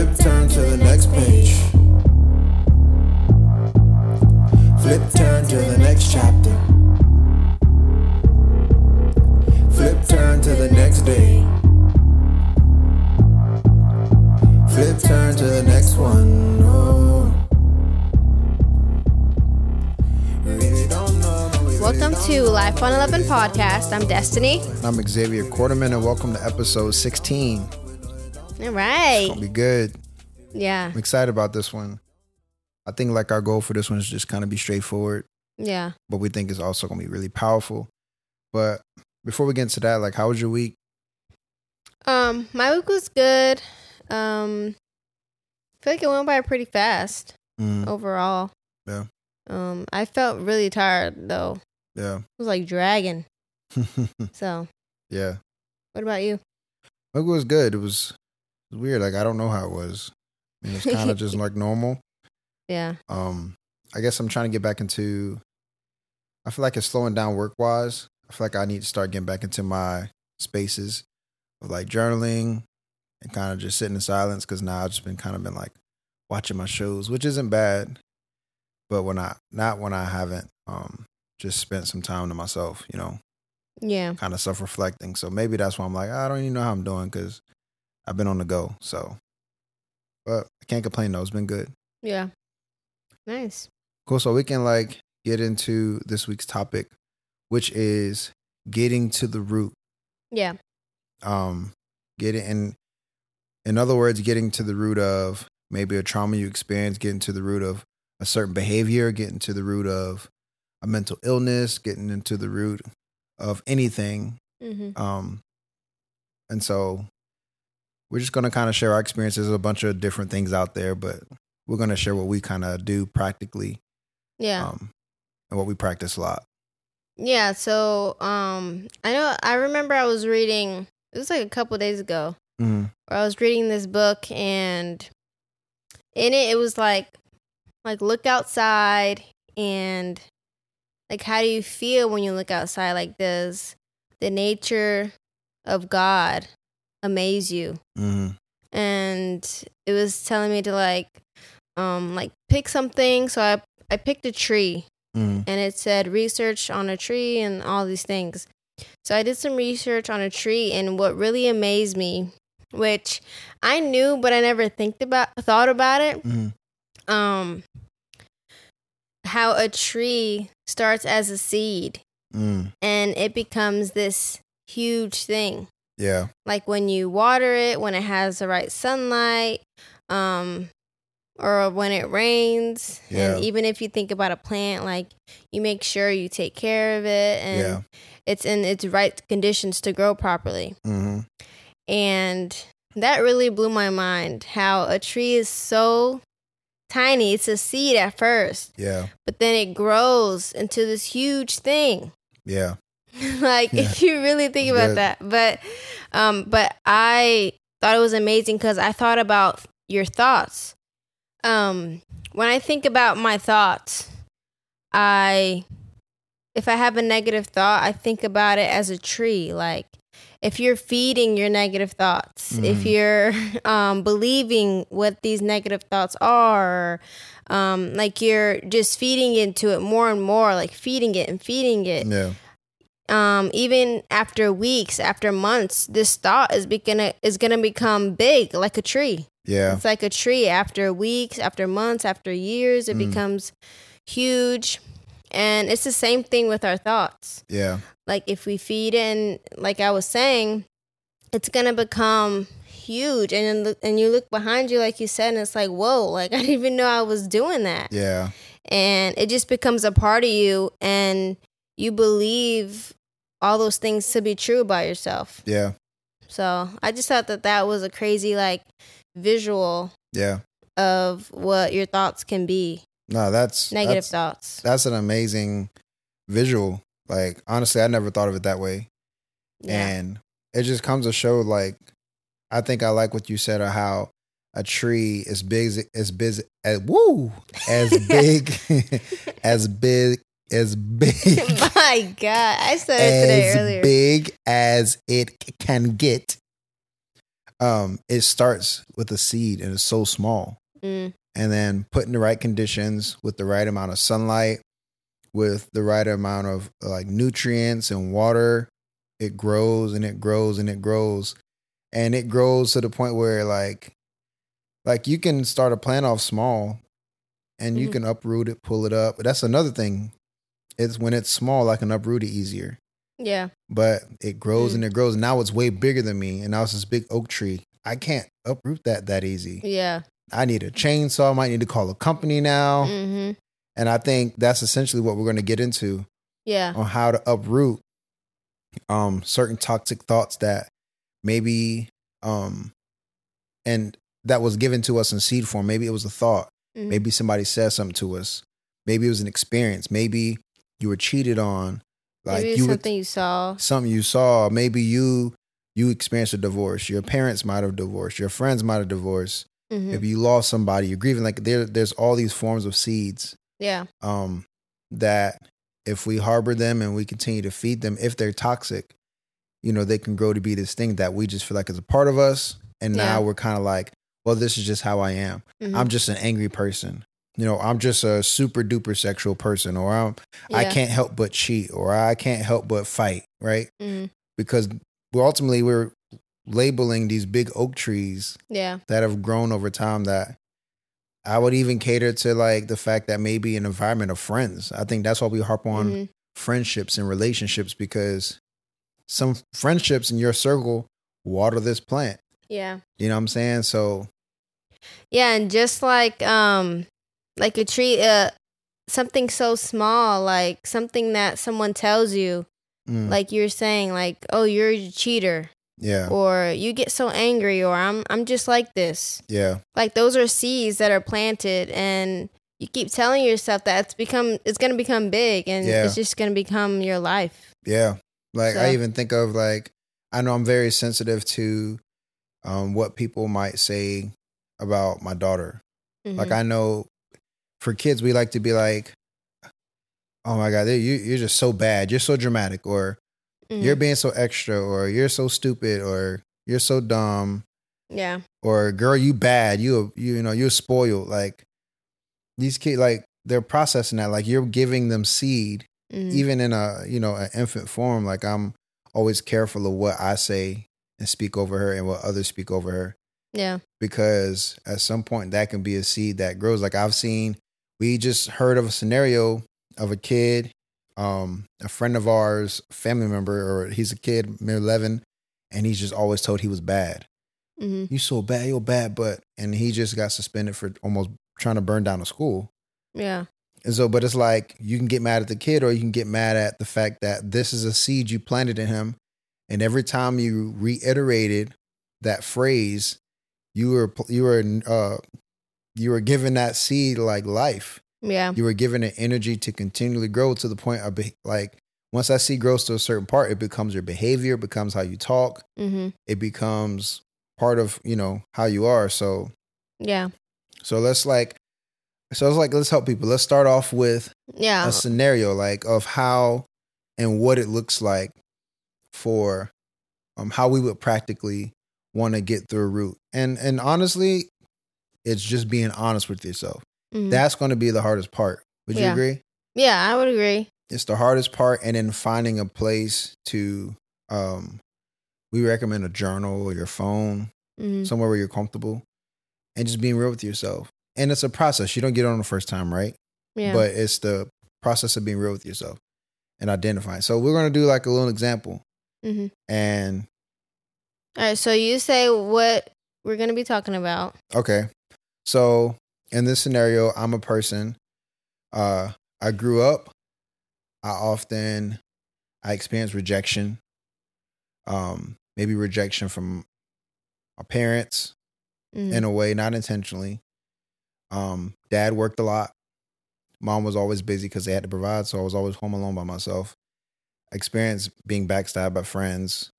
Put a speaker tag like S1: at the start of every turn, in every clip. S1: to the next page. Flip turn to the next chapter. Flip turn to the next day. Flip turn to the next one. Oh. Really don't know, no, we really
S2: Welcome
S1: don't
S2: to
S1: know,
S2: Life
S1: no,
S2: on
S1: we
S2: 11
S1: really don't
S2: podcast. I'm Destiny.
S3: And I'm Xavier Quarterman, and welcome to episode 16.
S2: All
S3: It'll
S2: right.
S3: be good.
S2: Yeah.
S3: I'm excited about this one. I think like our goal for this one is just kind of be straightforward,
S2: Yeah.
S3: but we think it's also going to be really powerful. But before we get into that, like, how was your week?
S2: Um, my week was good. Um, I feel like it went by pretty fast
S3: Mm,
S2: overall.
S3: Yeah.
S2: Um, I felt really tired though. It
S3: yeah,
S2: was like dragging.
S3: Hmm.
S2: So,
S3: yeah.
S2: what about you?
S3: It was good. It was it was weird. Like, I don't know how it was. I mean, it's kind of just like normal.
S2: Yeah.
S3: Um, I guess I'm trying to get back into. I feel like it's slowing down work wise. I feel like I need to start getting back into my spaces of like journaling and kind of just sitting in silence because now I've just been kind of been like watching my shows, which isn't bad, but when I not when I haven't um just spent some time to myself, you know,
S2: Yeah.
S3: kind of self reflecting. So maybe that's why I'm like "Ah, I don't even know how I'm doing because I've been on the go. So, but I can't complain though. It's been good.
S2: Yeah. Nice.
S3: Cool. So we can like get into this week's topic, which is getting to the root.
S2: Yeah.
S3: Um, getting in in other words, getting to the root of maybe a trauma you experience, getting to the root of a certain behavior, getting to the root of a mental illness, getting into the root of anything.
S2: Mm-hmm.
S3: Um, and so we're just gonna kind of share our experiences. There's a bunch of different things out there, but we're gonna share what we kind of do practically
S2: Yeah.
S3: um, and what we practice a lot.
S2: Yeah, so um I know I remember I was reading it was like a couple days ago
S3: Mm.
S2: where I was reading this book and in it it was like like look outside and like how do you feel when you look outside like does the nature of God amaze you?
S3: Mm.
S2: and it was telling me to like um like pick something so i i picked a tree
S3: Mm.
S2: and it said research on a tree and all these things so i did some research on a tree and what really amazed me which i knew but i never think about thought about it
S3: Mm.
S2: um how a tree starts as a seed
S3: Mm.
S2: and it becomes this huge thing
S3: Yeah.
S2: like when you water it when it has the right sunlight um or when it rains
S3: Yeah.
S2: and even if you think about a plant like you make sure you take care of it and
S3: Yeah.
S2: it's in its right conditions to grow properly
S3: Mm.
S2: and that really blew my mind how a tree is so tiny it's a seed at first
S3: Yeah.
S2: but then it grows into this huge thing
S3: Yeah.
S2: like
S3: Yeah.
S2: if you really think
S3: It's
S2: about
S3: good.
S2: that but um but i thought it was amazing because i thought about your thoughts um when i think about my thoughts i if i have a negative thought i think about it as a tree like if you're feeding your negative thoughts if
S3: Mhm.
S2: you're um, believing what these negative thoughts are um, like you're just feeding into it more and more like feeding it and feeding it
S3: Yeah.
S2: um, even after weeks, after months, this thought is be- gonna is gonna become big like a tree.
S3: Yeah.
S2: It's like a tree. After weeks, after months, after years, it
S3: Mm.
S2: becomes huge. And it's the same thing with our thoughts.
S3: Yeah.
S2: Like if we feed in, like I was saying, it's gonna become huge. And then, and you look behind you, like you said, and it's like, whoa! Like I didn't even know I was doing that
S3: Yeah.
S2: and it just becomes a part of you and you believe all those things to be true about yourself
S3: Yeah.
S2: so i just thought that that was a crazy like visual
S3: Yeah.
S2: of what your thoughts can be
S3: No, that's
S2: negative
S3: that's,
S2: thoughts
S3: that's an amazing visual. Like honestly, I never thought of it that way.
S2: yeah
S3: And it just comes to show like I think I like what you said of how a tree is big as big as woo as big as big as big
S2: my god i said it today
S3: as
S2: earlier
S3: big as it c- can get. Um, it starts with a seed and it's so small.
S2: Mm.
S3: and then put in the right conditions with the right amount of sunlight, with the right amount of like nutrients and water, it grows and it grows and it grows. And it grows to the point where like like you can start a plant off small and you
S2: Mhm.
S3: can uproot it, pull it up. That's another thing. It's when it's small, I can uproot it easier.
S2: Yeah.
S3: But it grows
S2: Mm.
S3: and it grows. Now it's way bigger than me. And now it's this big oak tree. I can't uproot that that easy.
S2: Yeah.
S3: I need a chainsaw. I might need to call a company now.
S2: hmm
S3: And I think that's essentially what we're going to get into
S2: Yeah.
S3: on how to uproot um, certain toxic thoughts that maybe um, and that was given to us in seed form. Maybe it was a thought.
S2: Mhm.
S3: Maybe somebody said something to us. Maybe it was an experience. Maybe you were cheated on. Like
S2: Maybe
S3: you were
S2: something you saw.
S3: something you saw. Maybe you you experienced a divorce. Your parents might have divorced. Your friends might have divorced.
S2: hmm
S3: Maybe you lost somebody. You're grieving. Like there, there's all these forms of seeds
S2: Yeah.
S3: um, that if we harbor them and we continue to feed them, if they're toxic, you know, they can grow to be this thing that we just feel like is a part of us. And now
S2: Yeah.
S3: we're kind of like, well, this is just how I am.
S2: Mhm.
S3: I'm just an angry person. You know, I'm just a super duper sexual person, or I'm, I
S2: Yeah.
S3: can't help but cheat, or I can't help but fight, right?
S2: Mhm.
S3: Because we're ultimately we're labeling these big oak trees
S2: Yeah.
S3: that have grown over time that I would even cater to like the fact that maybe an environment of friends. I think that's why we harp on
S2: Mhm.
S3: friendships and relationships because some friendships in your circle water this plant.
S2: Yeah.
S3: You know what I'm saying? So
S2: Yeah, and just like um like a tree uh something so small, like something that someone tells you,
S3: mm,
S2: like oh. you're saying like, "Oh, you're a cheater,"
S3: yeah,
S2: or "You get so angry," or "I'm I'm just like this."
S3: yeah,
S2: Like those are seeds that are planted and you keep telling yourself that it's become it's going to become big and
S3: Yeah.
S2: it's just going to become your life.
S3: yeah. Like I
S2: So-
S3: even think of like I know I'm very sensitive to um, what people might say about my daughter.
S2: Mm-hmm.
S3: Like I know for kids we like to be like, Oh my god, you you're just so bad. You're so dramatic or
S2: Mm-hmm.
S3: you're being so extra or you're so stupid or you're so dumb
S2: yeah.
S3: or girl you bad. You you you know, you're spoiled. Like these kids like they're processing that. Like you're giving them seed
S2: Mhm.
S3: even in a you know an infant form like i'm always careful of what i say and speak over her and what others speak over her
S2: yeah.
S3: because at some point that can be a seed that grows. Like I've seen, we just heard of a scenario of a kid, um, a friend of ours, family member, or he's a kid, mere 11, and he's just always told he was bad.
S2: Mhm.
S3: You so bad, you're bad, but, and he just got suspended for almost trying to burn down a school.
S2: Yeah.
S3: And so, but it's like you can get mad at the kid or you can get mad at the fact that this is a seed you planted in him. And every time you reiterated that phrase, you were, you were, uh, you were given that seed like life.
S2: Yeah.
S3: You were given an energy to continually grow to the point of be- like, once that seed grows to a certain part, it becomes your behavior, it becomes how you talk,
S2: Mhm.
S3: it becomes part of, you know, how you are. So,
S2: Yeah.
S3: so let's like, so it's like, let's help people. Let's start off with
S2: Yeah.
S3: a scenario like of how and what it looks like for um how we would practically want to get through root and and honestly it's just being honest with yourself
S2: Mhm.
S3: that's going to be the hardest part would you
S2: Yeah.
S3: agree
S2: Yeah, I would agree.
S3: it's the hardest part and then finding a place to um we recommend a journal or your phone
S2: Mhm.
S3: somewhere where you're comfortable and just being real with yourself and it's a process you don't get it on the first time right
S2: Yeah.
S3: but it's the process of being real with yourself and identifying. So we're gonna do like a little example,
S2: Mhm.
S3: and
S2: All right, so you say what we're going to be talking about.
S3: okay, so in this scenario, I'm a person. Uh, I grew up. I often I experience rejection. Um, maybe rejection from my parents
S2: Mhm.
S3: in a way, not intentionally. Um, dad worked a lot. Mom was always busy because they had to provide, so I was always home alone by myself. Experienced being backstabbed by friends.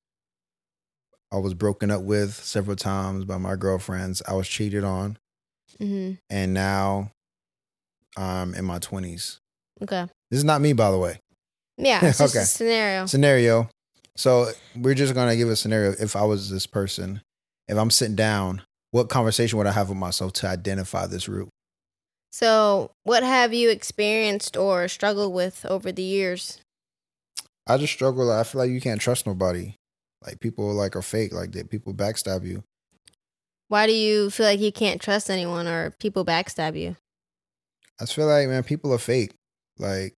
S3: I was broken up with several times by my girlfriends. I was cheated on,
S2: Mhm.
S3: and now I'm in my 20s.
S2: Okay.
S3: This is not me, by the way.
S2: Yeah, it's just
S3: Okay.
S2: a scenario.
S3: Scenario. So we're just gonna give a scenario. If I was this person, if I'm sitting down, what conversation would I have with myself to identify this root?
S2: So, what have you experienced or struggled with over the years?
S3: I just struggle. I feel like you can't trust nobody. Like people like are fake. Like that people backstab you.
S2: Why do you feel like you can't trust anyone or people backstab you?
S3: I just feel like man, people are fake. Like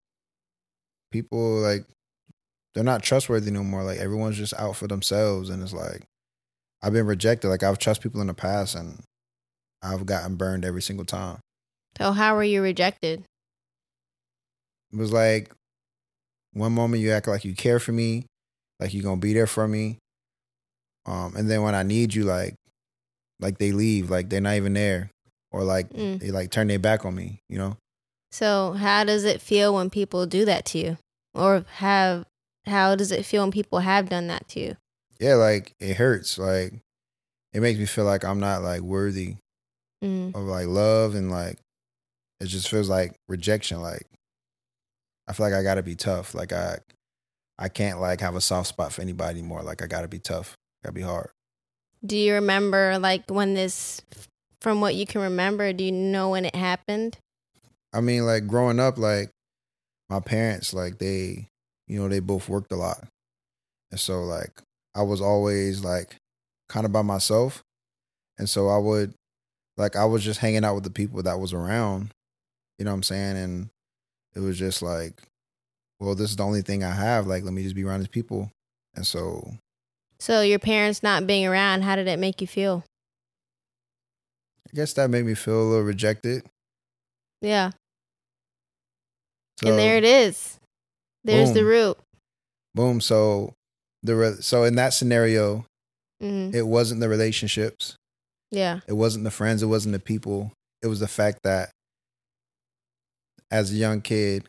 S3: people like they're not trustworthy no more. Like everyone's just out for themselves, and it's like I've been rejected. Like I've trusted people in the past, and I've gotten burned every single time.
S2: So, how were you rejected?
S3: It was like one moment you act like you care for me, like you're gonna be there for me. Um, and then when I need you, like like they leave, like they're not even there. Or like
S2: Mm.
S3: they like turn their back on me, you know?
S2: So, how does it feel when people do that to you? Or have how does it feel when people have done that to you?
S3: Yeah, like it hurts. Like it makes me feel like I'm not like worthy
S2: Mm.
S3: of like love and like it just feels like rejection. Like I feel like I gotta be tough. Like I I can't like have a soft spot for anybody anymore. Like I gotta be tough. gotta be hard.
S2: Do you remember like when this from what you can remember, do you know when it happened?
S3: I mean, like growing up, like my parents, like they, you know, they both worked a lot. And so like I was always like kind of by myself. And so I would like I was just hanging out with the people that was around. You know what I'm saying? And it was just like, well, this is the only thing I have. Like, let me just be around these people. And so
S2: So, your parents not being around, how did it make you feel?
S3: I guess that made me feel a little rejected.
S2: Yeah.
S3: So,
S2: and there it is. There's the
S3: Uh, Boom.
S2: root.
S3: Boom. So the re- so in that scenario,
S2: Mm.
S3: it wasn't the relationships.
S2: Yeah.
S3: It wasn't the friends. It wasn't the people. It was the fact that as a young kid,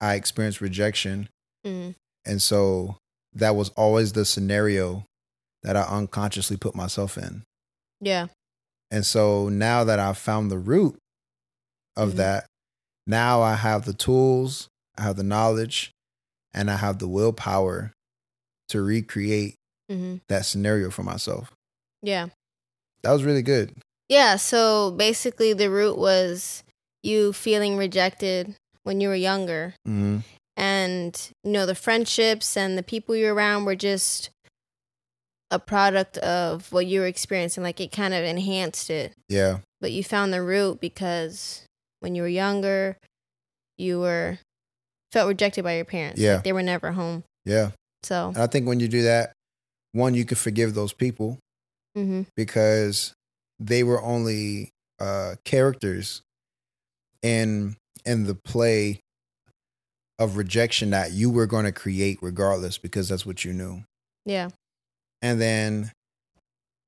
S3: I experienced rejection.
S2: Mm.
S3: And so that was always the scenario that I unconsciously put myself in.
S2: Yeah.
S3: And so now that I've found the root of
S2: Mhm.
S3: that, now I have the tools, I have the knowledge, and I have the willpower to recreate
S2: hmm
S3: that scenario for myself.
S2: Yeah.
S3: That was really good.
S2: Yeah. So basically, the root was you feeling rejected when you were younger.
S3: Mm-hmm.
S2: And, you know, the friendships and the people you're around were just a product of what you were experiencing. Like it kind of enhanced it.
S3: Yeah.
S2: But you found the root because when you were younger, you were felt rejected by your parents. Like,
S3: Yeah.
S2: they were never home.
S3: Yeah.
S2: So,
S3: And I think when you do that, one, you can forgive those people
S2: mhm.
S3: because they were only uh, characters in in the play of rejection that you were going to create regardless because that's what you knew.
S2: yeah.
S3: And then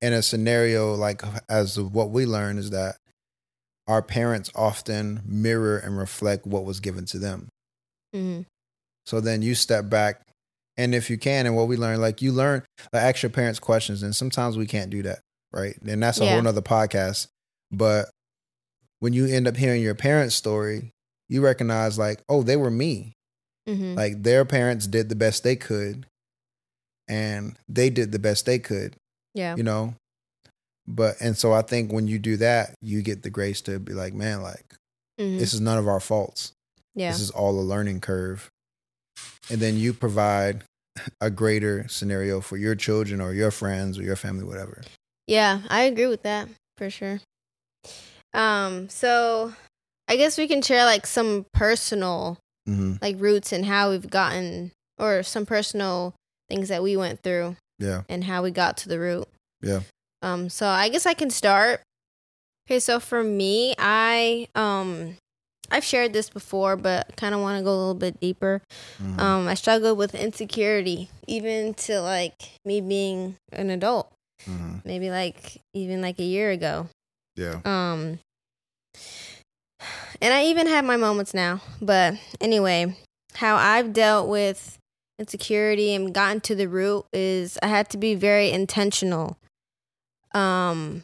S3: in a scenario like as of what we learn is that our parents often mirror and reflect what was given to them.
S2: hmm
S3: So then you step back, and if you can, and what we learn, like you learn, like ask your parents questions, and sometimes we can't do that, right? And that's a
S2: Yeah.
S3: whole nother podcast. But when you end up hearing your parents' story, you recognize like, oh, they were me.
S2: hmm
S3: Like their parents did the best they could, and they did the best they could,
S2: Yeah.
S3: you know. But and so I think when you do that, you get the grace to be like, man, like
S2: hmm
S3: this is none of our faults.
S2: Yeah.
S3: This is all a learning curve. And then you provide a greater scenario for your children or your friends or your family, whatever.
S2: Yeah, I agree with that for sure. Um, so I guess we can share like some personal
S3: hmm
S2: like roots and how we've gotten or some personal things that we went through
S3: Yeah.
S2: and how we got to the root.
S3: Yeah.
S2: Um, so I guess I can start. Okay, so for me, I um I've shared this before, but kind of want to go a little bit deeper.
S3: Mhm.
S2: Um, I struggled with insecurity, even to like me being an adult,
S3: Mhm.
S2: maybe like even like a year ago.
S3: Yeah.
S2: Um, and I even have my moments now, but anyway, how I've dealt with insecurity and gotten to the root is I had to be very intentional um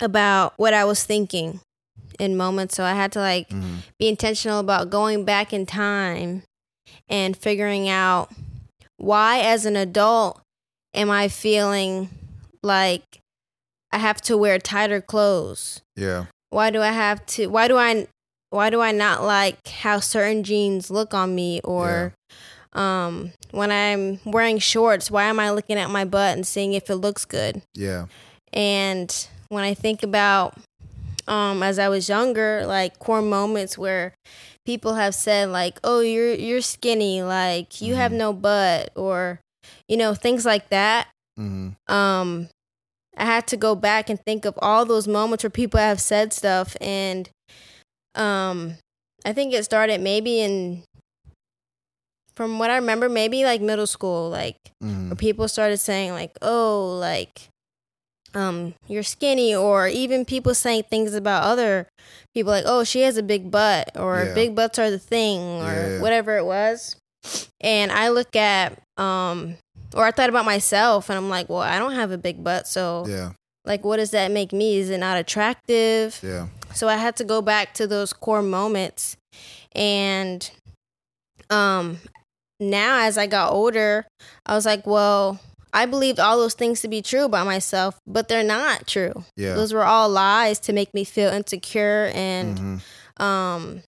S2: about what I was thinking in moments. So I had to like
S3: Mhm.
S2: be intentional about going back in time and figuring out why as an adult am I feeling like I have to wear tighter clothes?
S3: Yeah.
S2: Why do I have to? Why do I? Why do I not like how certain jeans look on me? Or um, when I'm wearing shorts, why am I looking at my butt and seeing if it looks good?
S3: Yeah.
S2: And when I think about um as I was younger, like core moments where people have said like, "Oh, you're you're skinny, like you have
S3: Mhm.
S2: no butt," or you know, things like that.
S3: Mm-hmm.
S2: Um I had to go back and think of all those moments where people have said stuff and um I think it started maybe in from what I remember, maybe like middle school, like
S3: Mm-hmm.
S2: where people started saying like oh like um you're skinny or even people saying things about other people like oh she has a big butt or
S3: Yeah.
S2: big butts are the thing or
S3: Yeah.
S2: whatever it was and i look at um or i thought about myself and i'm like well i don't have a big butt so
S3: Yeah.
S2: like what does that make me is it not attractive
S3: Yeah.
S2: so I had to go back to those core moments. And um now as I got older, I was like, well, I believed all those things to be true about myself, but they're not true.
S3: Yeah.
S2: Those were all lies to make me feel insecure and
S3: Mm-hmm.
S2: um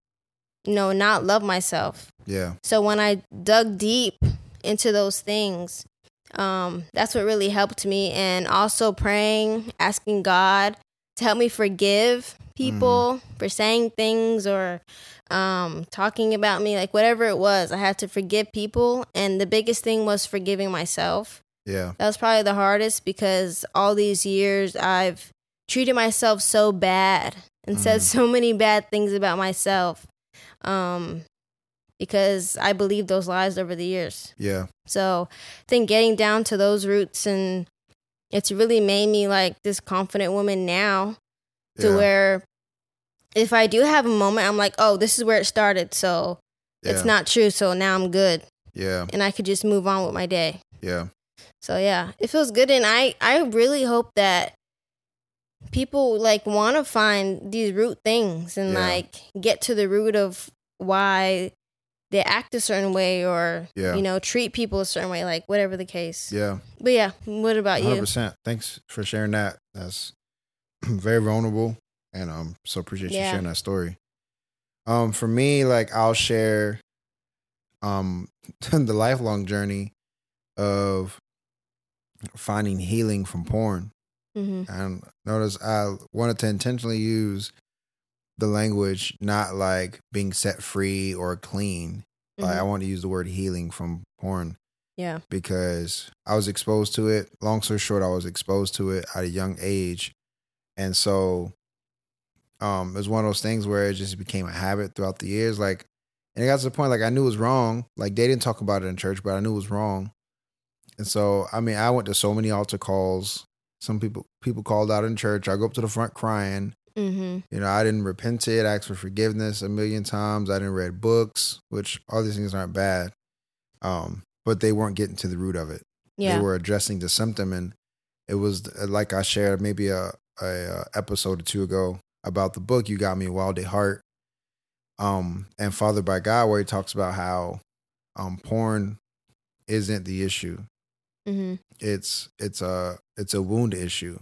S2: you know, not love myself.
S3: Yeah.
S2: So when I dug deep into those things, um, that's what really helped me. And also praying, asking God to help me forgive people for saying things or um, talking about me, like whatever it was. I had to forgive people. And the biggest thing was forgiving myself.
S3: Yeah.
S2: That was probably the hardest because all these years I've treated myself so bad and said
S3: Mhm.
S2: so many bad things about myself um, because I believed those lies over the years.
S3: Yeah.
S2: So I think getting down to those roots and it's really made me like this confident woman now to
S3: yeah.
S2: where if I do have a moment, I'm like, oh, this is where it started. So
S3: Yeah.
S2: it's not true. So now I'm good
S3: Yeah.
S2: and I could just move on with my day.
S3: Yeah.
S2: So yeah, it feels good, and I I really hope that people like want to find these root things and
S3: Yeah.
S2: like get to the root of why they act a certain way or
S3: Yeah.
S2: you know treat people a certain way, like whatever the case.
S3: Yeah.
S2: But Uh, yeah, what about
S3: Hundred
S2: you?
S3: percent. Thanks for sharing that. That's very vulnerable, and um, so appreciate you
S2: Yeah.
S3: sharing that story. Um, for me, like I'll share, um, the lifelong journey of finding healing from porn.
S2: hmm
S3: And notice I wanted to intentionally use the language not like being set free or clean. Like I
S2: Mm-hmm.
S3: want to use the word healing from porn
S2: Yeah.
S3: because I was exposed to it. Long story short, I was exposed to it at a young age. And so um it was one of those things where it just became a habit throughout the years. Like and it got to the point like I knew it was wrong. Like they didn't talk about it in church, but I knew it was wrong. And so I mean I went to so many altar calls. Some people people called out in church. I go up to the front crying.
S2: hmm
S3: You know, I didn't repent it, asked for forgiveness a million times. I didn't read books, which all these things aren't bad. Um, but they weren't getting to the root of it. They
S2: Yeah.
S3: were addressing the symptom and it was uh, like I shared maybe a, a, uh episode or two ago about the book You Got Me Wild at Heart. Um, and Father by God, where he talks about how um porn isn't the issue
S2: hmm
S3: it's it's a it's a wound issue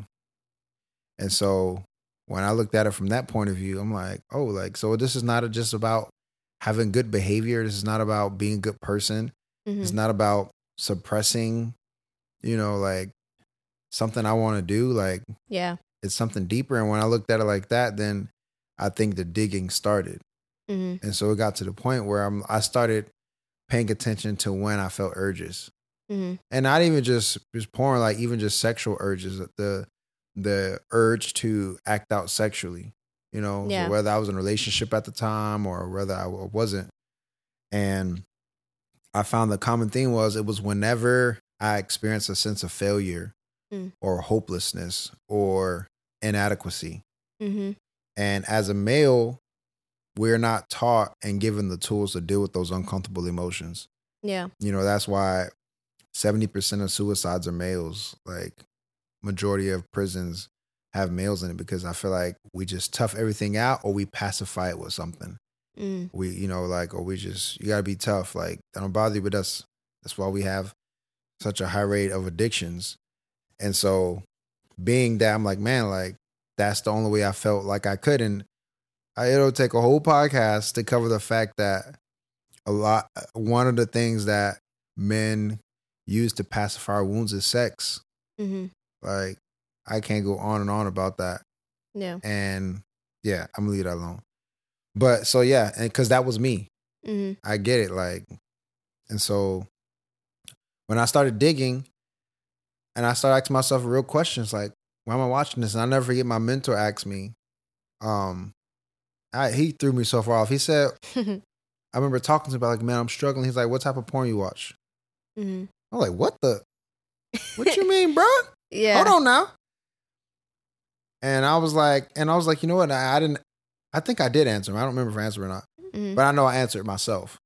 S3: and so when i looked at it from that point of view i'm like oh like so this is not just about having good behavior this is not about being a good person
S2: hmm
S3: it's not about suppressing you know like something i want to do like
S2: Yeah.
S3: it's something deeper and when i looked at it like that then i think the digging started
S2: hmm
S3: and so it got to the point where i'm i started paying attention to when i felt urges
S2: hmm
S3: and not even just just porn, like even just sexual urges, the the urge to act out sexually, you know,
S2: Yeah.
S3: whether I was in a relationship at the time or whether I w- wasn't. And I found the common theme was it was whenever I experienced a sense of failure
S2: Mm.
S3: or hopelessness or inadequacy.
S2: hmm
S3: And as a male, we're not taught and given the tools to deal with those uncomfortable emotions
S2: Yeah.
S3: you know that's why 70% of suicides are males like majority of prisons have males in it because i feel like we just tough everything out or we pacify it with something
S2: Mm.
S3: we you know like or we just you got to be tough like that don't bother you but that's that's why we have such a high rate of addictions and so being that I'm like, man, like that's the only way I felt like I could. And I, it'll take a whole podcast to cover the fact that a lot, one of the things that men use to pacify our wounds is sex.
S2: Mm-hmm.
S3: Like, I can't go on and on about that.
S2: Yeah.
S3: And yeah, I'm gonna leave that alone. But so yeah, and because that was me,
S2: Mm-hmm.
S3: I get it. Like, and so when I started digging, and I started asking myself real questions, like, why am I watching this? And I never forget my mentor asked me, um, I he threw me so far off. He said,
S2: Mm-hmm.
S3: I remember talking to him about like, man, I'm struggling. He's like, what type of porn you watch?
S2: mm-hmm.
S3: I'm like, what the? What you mean, bro?
S2: Yeah.
S3: Hold on now. And I was like, and I was like, you know what? I, I didn't. I think I did answer him. I don't remember if I answered or not
S2: Mhm.
S3: but I know I answered myself.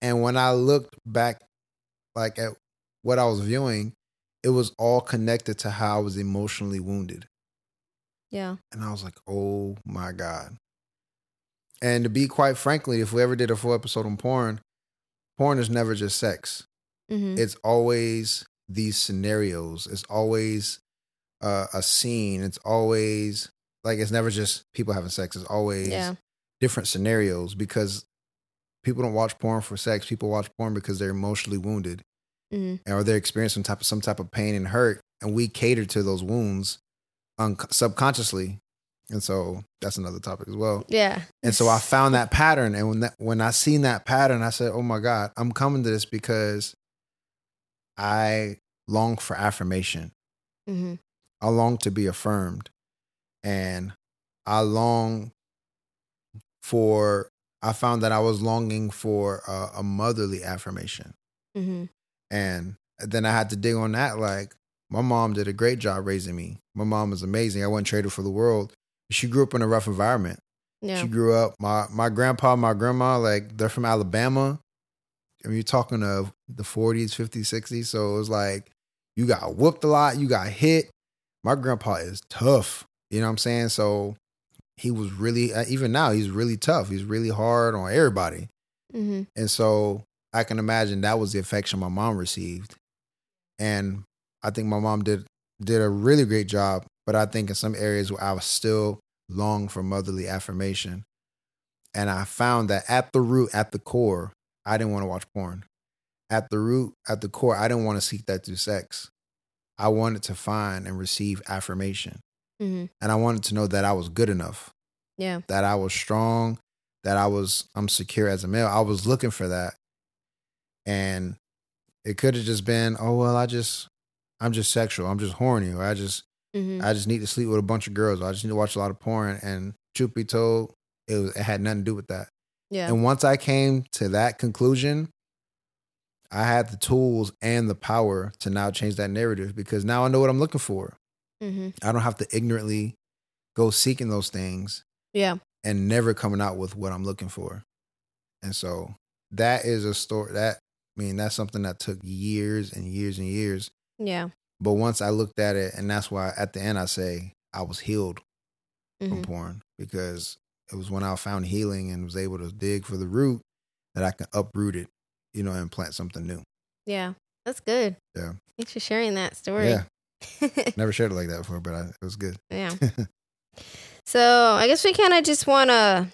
S3: And when I looked back, like at what I was viewing, it was all connected to how I was emotionally wounded.
S2: Yeah.
S3: And I was like, oh my God. And to be quite frankly, if we ever did a full episode on porn, porn is never just sex.
S2: Mm-hmm.
S3: It's always these scenarios. It's always uh, a scene. It's always like it's never just people having sex. It's always
S2: Yeah.
S3: different scenarios because people don't watch porn for sex. People watch porn because they're emotionally wounded
S2: Mm-hmm.
S3: or they're experiencing some type of some type of pain and hurt, and we cater to those wounds un- subconsciously. And so that's another topic as well.
S2: Yeah.
S3: And so I found that pattern, and when that when I seen that pattern, I said, "Oh my God, I'm coming to this because I long for affirmation."
S2: Mm-hmm.
S3: I long to be affirmed and I long for I found that I was longing for a, a motherly affirmation.
S2: Mm-hmm.
S3: And then I had to dig on that like my mom did a great job raising me. My mom was amazing. I wouldn't trade her for the world. She grew up in a rough environment.
S2: Yeah.
S3: She grew up my my grandpa, my grandma, like they're from Alabama. I mean, you're talking of the 40s, 50s, 60s. So it was like you got whooped a lot, you got hit. My grandpa is tough. You know what I'm saying? So he was really uh, even now he's really tough. He's really hard on everybody.
S2: Mm-hmm.
S3: And so I can imagine that was the affection my mom received. And I think my mom did did a really great job, but I think in some areas where I was still long for motherly affirmation. And I found that at the root, at the core, I didn't want to watch porn. At the root, at the core, I didn't want to seek that through sex. I wanted to find and receive affirmation.
S2: Mm-hmm.
S3: And I wanted to know that I was good enough
S2: Yeah.
S3: that I was strong, that I was I'm secure as a male. I was looking for that. And it could have just been, oh well, I just I'm just sexual. I'm just horny. Or I just
S2: Mm-hmm.
S3: I just need to sleep with a bunch of girls. Or I just need to watch a lot of porn. And truth be told, it was it had nothing to do with that.
S2: Yeah.
S3: And once I came to that conclusion, I had the tools and the power to now change that narrative because now I know what I'm looking for.
S2: Mm-hmm.
S3: I don't have to ignorantly go seeking those things
S2: Yeah.
S3: and never coming out with what I'm looking for. And so that is a story that I mean that's something that took years and years and years.
S2: Yeah.
S3: But once I looked at it, and that's why at the end I say I was healed
S2: Mm-hmm.
S3: from porn because it was when I found healing and was able to dig for the root that I can uproot it, you know, and plant something new.
S2: Yeah. That's good.
S3: Yeah.
S2: Thanks for sharing that story.
S3: Yeah, never shared it like that before, but I, it was good.
S2: yeah. So I guess we kind of just want to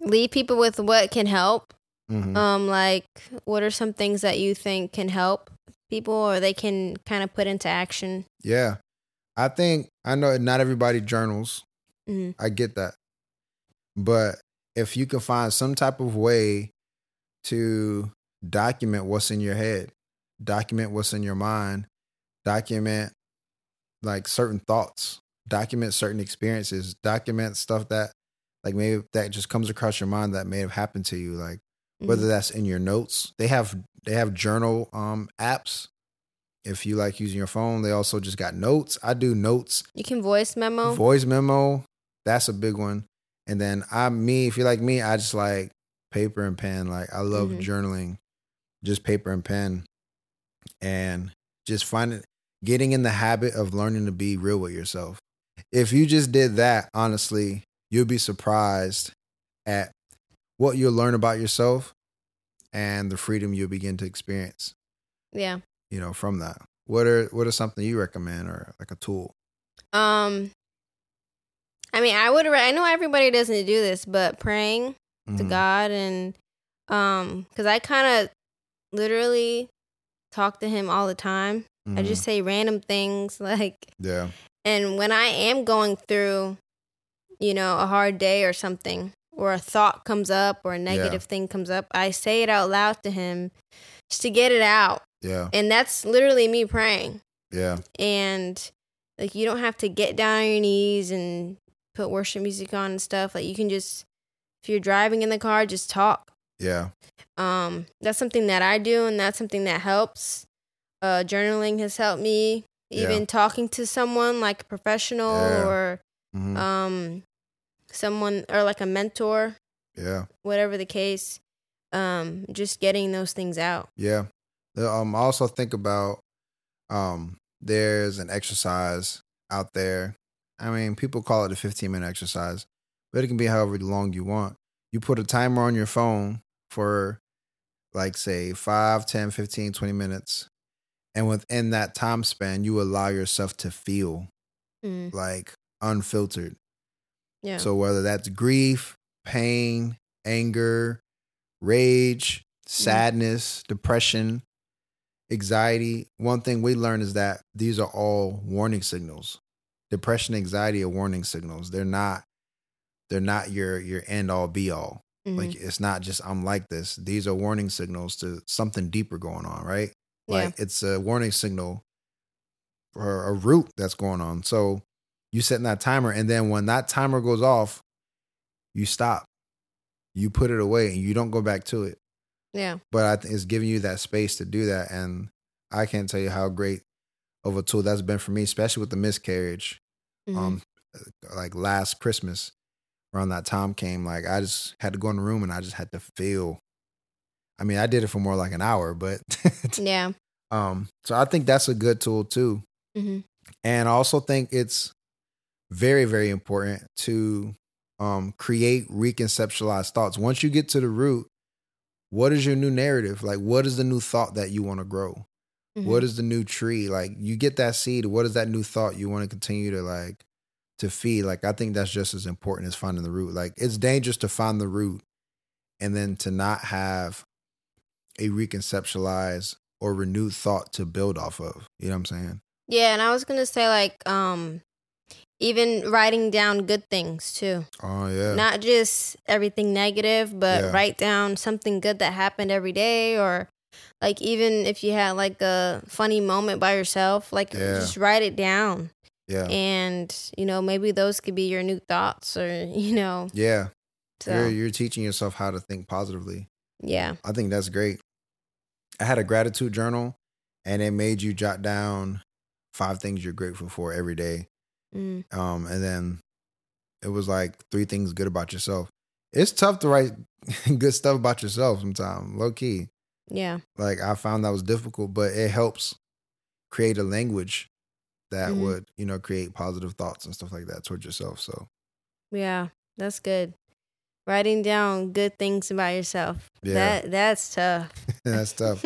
S2: leave people with what can help.
S3: Mhm.
S2: Um, like what are some things that you think can help people or they can kind of put into action?
S3: Yeah, I think I know not everybody journals.
S2: Mm-hmm.
S3: I get that. But if you can find some type of way to document what's in your head, document what's in your mind, document like certain thoughts, document certain experiences, document stuff that like maybe that just comes across your mind that may have happened to you like
S2: Mm-hmm.
S3: whether that's in your notes they have they have journal um apps if you like using your phone they also just got notes i do notes
S2: you can voice memo.
S3: Voice memo, that's a big one. And then I me, if you're like me, I just like paper and pen. Like I love
S2: Mhm.
S3: journaling, just paper and pen. And just finding getting in the habit of learning to be real with yourself. If you just did that, honestly, you'll be surprised at what you'll learn about yourself and the freedom you'll begin to experience,
S2: yeah.
S3: you know, from that. What are what are something you recommend or like a tool?
S2: Um, I mean, I would. Re- I know everybody doesn't do this, but praying to
S3: Mhm.
S2: God and um, because I kind of literally talk to Him all the time. I
S3: Mhm.
S2: just say random things like,
S3: yeah.
S2: and when I am going through, you know, a hard day or something, or a thought comes up or a negative thing comes up, I say it out loud to him just to get it out.
S3: Yeah.
S2: And that's literally me praying.
S3: Yeah.
S2: And like, you don't have to get down on your knees and put worship music on and stuff. Like, you can just, if you're driving in the car, just talk
S3: Yeah.
S2: um that's something that i do and that's something that helps uh journaling has helped me even
S3: Yeah.
S2: talking to someone like a professional
S3: Yeah.
S2: or
S3: Mhm.
S2: um someone or like a mentor
S3: Yeah.
S2: whatever the case um just getting those things out
S3: Yeah. The- Um, I also think about um, there's an exercise out there. I mean, people call it a 15 minute exercise, but it can be however long you want. You put a timer on your phone for like, say, 5, 10, 15, 20 minutes. And within that time span, you allow yourself to feel
S2: Mm,
S3: like unfiltered.
S2: yeah
S3: So whether that's grief, pain, anger, rage, sadness, depression, anxiety, one thing we learn is that these are all warning signals. Depression, anxiety are warning signals. They're not they're not your your end all be all.
S2: mhm,
S3: Like it's not just I'm like this. These are warning signals to something deeper going on, right?
S2: Mm-hmm.
S3: Like it's a warning signal or a route that's going on. So you setting that timer, and then when that timer goes off, you stop. You put it away and you don't go back to it.
S2: yeah
S3: But I think it's giving you that space to do that. And I can't tell you how great of a tool that's been for me, especially with the miscarriage.
S2: mhm,
S3: Um, like last Christmas, around that time came, like I just had to go in the room and I just had to feel. I mean, I did it for more like an hour, but
S2: yeah
S3: um, so I think that's a good tool too.
S2: hmm
S3: And I also think it's very, very important to um, create reconceptualized thoughts. Once you get to the root, what is your new narrative? Like, what is the new thought that you want to grow?
S2: Mm-hmm.
S3: What is the new tree? Like, you get that seed. What is that new thought you want to continue to like to feed? Like, I think that's just as important as finding the root. Like, it's dangerous to find the root and then to not have a reconceptualized or renewed thought to build off of. You know what I'm saying?
S2: yeah and i was gonna say like um even writing down good things too
S3: Oh yeah.
S2: not just everything negative but
S3: Yeah.
S2: write down something good that happened every day or like even if you had like a funny moment by yourself like
S3: Yeah.
S2: just write it down
S3: yeah.
S2: and you know maybe those could be your new thoughts or you know
S3: yeah. You're
S2: so
S3: you're teaching yourself how to think positively.
S2: yeah
S3: I think that's great. I had a gratitude journal and it made you jot down five things you're grateful for every day.
S2: mm,
S3: Um and then it was like three things good about yourself. It's tough to write good stuff about yourself sometimes, low key.
S2: yeah
S3: Like I found that was difficult, but it helps create a language that
S2: Mhm.
S3: would, you know, create positive thoughts and stuff like that towards yourself. So
S2: yeah that's good writing down good things about yourself
S3: Yeah.
S2: that that's tough
S3: that's tough.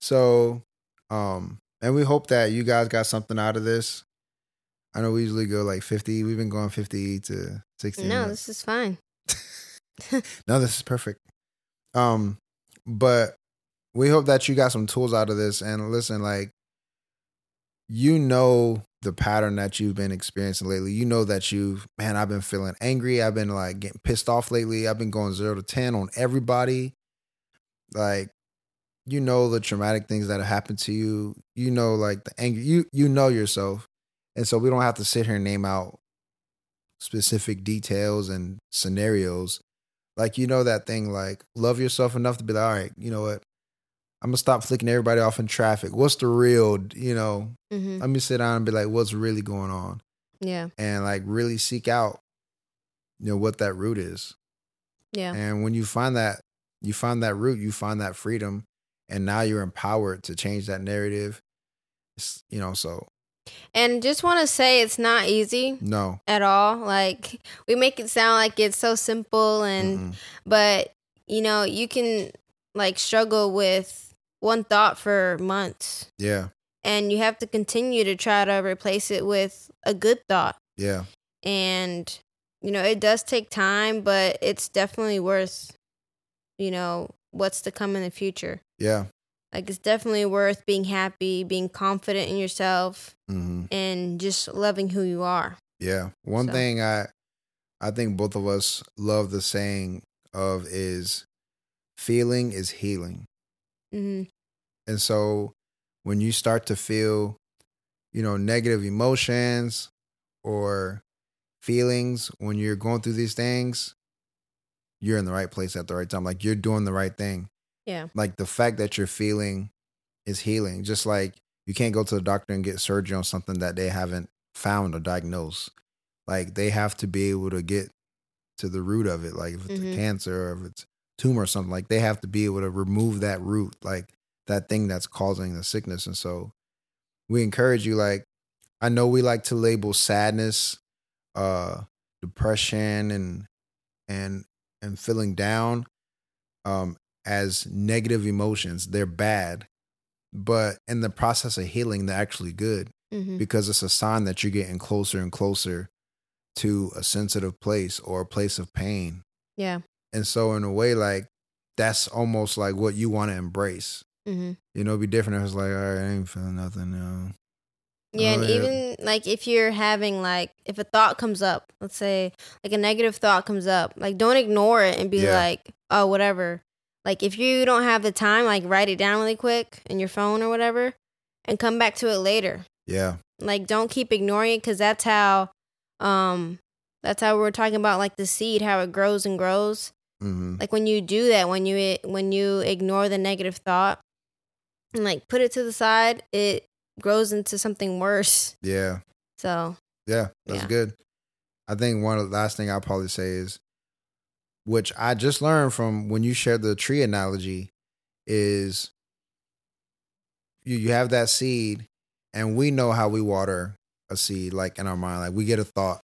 S3: So, um, and we hope that you guys got something out of this. I know we usually go like 50. We've been going 50 to 60.
S2: no this is fine
S3: no, this is perfect. Um, but we hope that you got some tools out of this. And listen, like, you know the pattern that you've been experiencing lately. You know that you've, man, I've been feeling angry. I've been like getting pissed off lately. I've been going zero to 10 on everybody. Like, you know the traumatic things that have happened to you. You know, like the anger. You you know yourself, and so we don't have to sit here and name out specific details and scenarios like you know that thing like love yourself enough to be like all right you know what i'm gonna stop flicking everybody off in traffic what's the real you know
S2: hmm
S3: let me sit down and be like what's really going on
S2: yeah
S3: and like really seek out you know what that root is
S2: yeah
S3: and when you find that you find that root you find that freedom and now you're empowered to change that narrative it's, you know so
S2: and just want to say it's not easy
S3: no
S2: at all. Like we make it sound like it's so simple and
S3: Mm-mm.
S2: but you know, you can like struggle with one thought for months
S3: yeah
S2: and you have to continue to try to replace it with a good thought
S3: Yeah.
S2: and you know it does take time but it's definitely worth you know what's to come in the future
S3: Yeah.
S2: like it's definitely worth being happy being confident in yourself
S3: hmm
S2: and just loving who you are
S3: Yeah. One
S2: So-
S3: thing I I think both of us love the saying of is feeling is healing.
S2: hmm
S3: And so when you start to feel, you know, negative emotions or feelings when you're going through these things, you're in the right place at the right time. Like you're doing the right thing.
S2: Yeah.
S3: Like the fact that you're feeling is healing. Just like you can't go to the doctor and get surgery on something that they haven't found or diagnosed. Like they have to be able to get to the root of it. Like if it's
S2: Mhm.
S3: a cancer or if it's tumor or something, like they have to be able to remove that root. Like that thing that's causing the sickness. And so we encourage you, like, I know we like to label sadness, uh, depression and and and feeling down um as negative emotions. They're bad. But in the process of healing, they're actually good
S2: hmm
S3: because it's a sign that you're getting closer and closer to a sensitive place or a place of pain.
S2: yeah
S3: And so in a way, like that's almost like what you want to embrace.
S2: hmm
S3: You know, it'd be different if it's like, all right, I ain't feeling nothing now. Oh,
S2: yeah and
S3: yeah.
S2: even like if you're having like if a thought comes up let's say like a negative thought comes up like don't ignore it and be
S3: Yeah.
S2: like oh whatever like if you don't have the time like write it down really quick in your phone or whatever and come back to it later
S3: Yeah.
S2: like don't keep ignoring it because that's how um that's how we we're talking about like the seed how it grows and grows
S3: hmm
S2: like when you do that when you when you ignore the negative thought and like put it to the side it grows into something worse
S3: Yeah.
S2: so
S3: Yeah. That's
S2: Yeah.
S3: good. I think one of the last thing I'll probably say is, which I just learned from when you shared the tree analogy, is you, you have that seed and we know how we water a seed, like in our mind. Like we get a thought,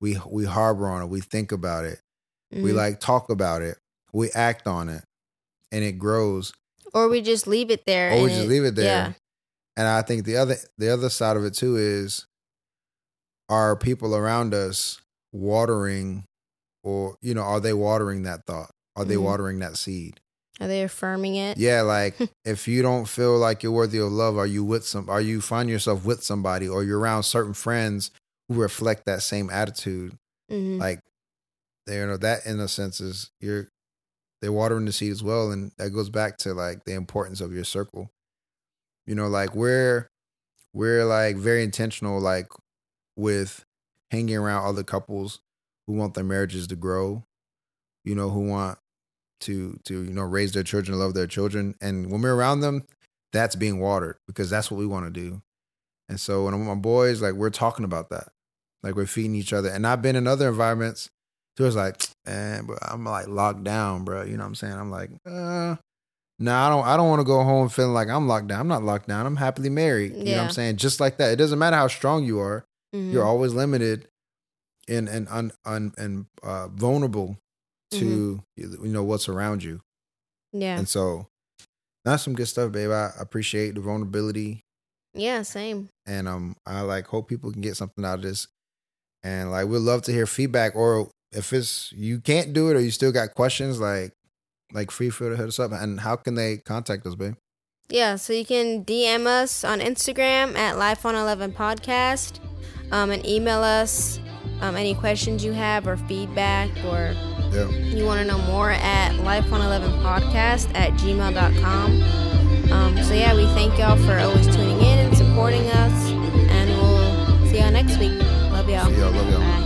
S3: we we harbor on it, we think about it. we
S2: mhm.
S3: like talk about it we act on it and it grows
S2: or we just leave it there
S3: or we
S2: and
S3: just leave it there
S2: yeah
S3: and i think the other the other side of it too is are people around us watering or you know are they watering that thought are they
S2: Mhm.
S3: watering that seed
S2: are they affirming it
S3: yeah like if you don't feel like you're worthy of love are you with some are you find yourself with somebody or you're around certain friends who reflect that same attitude
S2: Mhm.
S3: like you know that in a sense is you're they're watering the seed as well and that goes back to like the importance of your circle you know like we're we're like very intentional like with hanging around other couples who want their marriages to grow you know who want to to you know raise their children love their children and when we're around them that's being watered because that's what we want to do and so when I'm with my boys like we're talking about that like we're feeding each other. And I've been in other environments too. It's like, man, bro, I'm like locked down, bro. You know what I'm saying? I'm like, uh, no, I don't. I don't want to go home feeling like I'm locked down. I'm not locked down. I'm happily married. You know what
S2: Yeah.
S3: I'm saying? Just like that. It doesn't matter how strong you are.
S2: Mhm.
S3: You're always limited and and un, un, and uh, vulnerable to you know what's around you.
S2: yeah
S3: And so that's some good stuff, babe. I appreciate the vulnerability
S2: yeah same
S3: and um I like hope people can get something out of this. And like we'd love to hear feedback or if it's you can't do it or you still got questions, like like free feel to hit us up. And how can they contact us, babe?
S2: Yeah, so you can DM us on Instagram at Life on Eleven Podcast, um, and email us um, any questions you have or feedback, or
S3: Yeah.
S2: you want to know more at Life on Eleven Podcast at gmail.com. Um, so yeah, we thank y'all for always tuning in and supporting us, and we'll see y'all next week. Love y'all.
S3: See y'all, love y'all.
S2: Bye.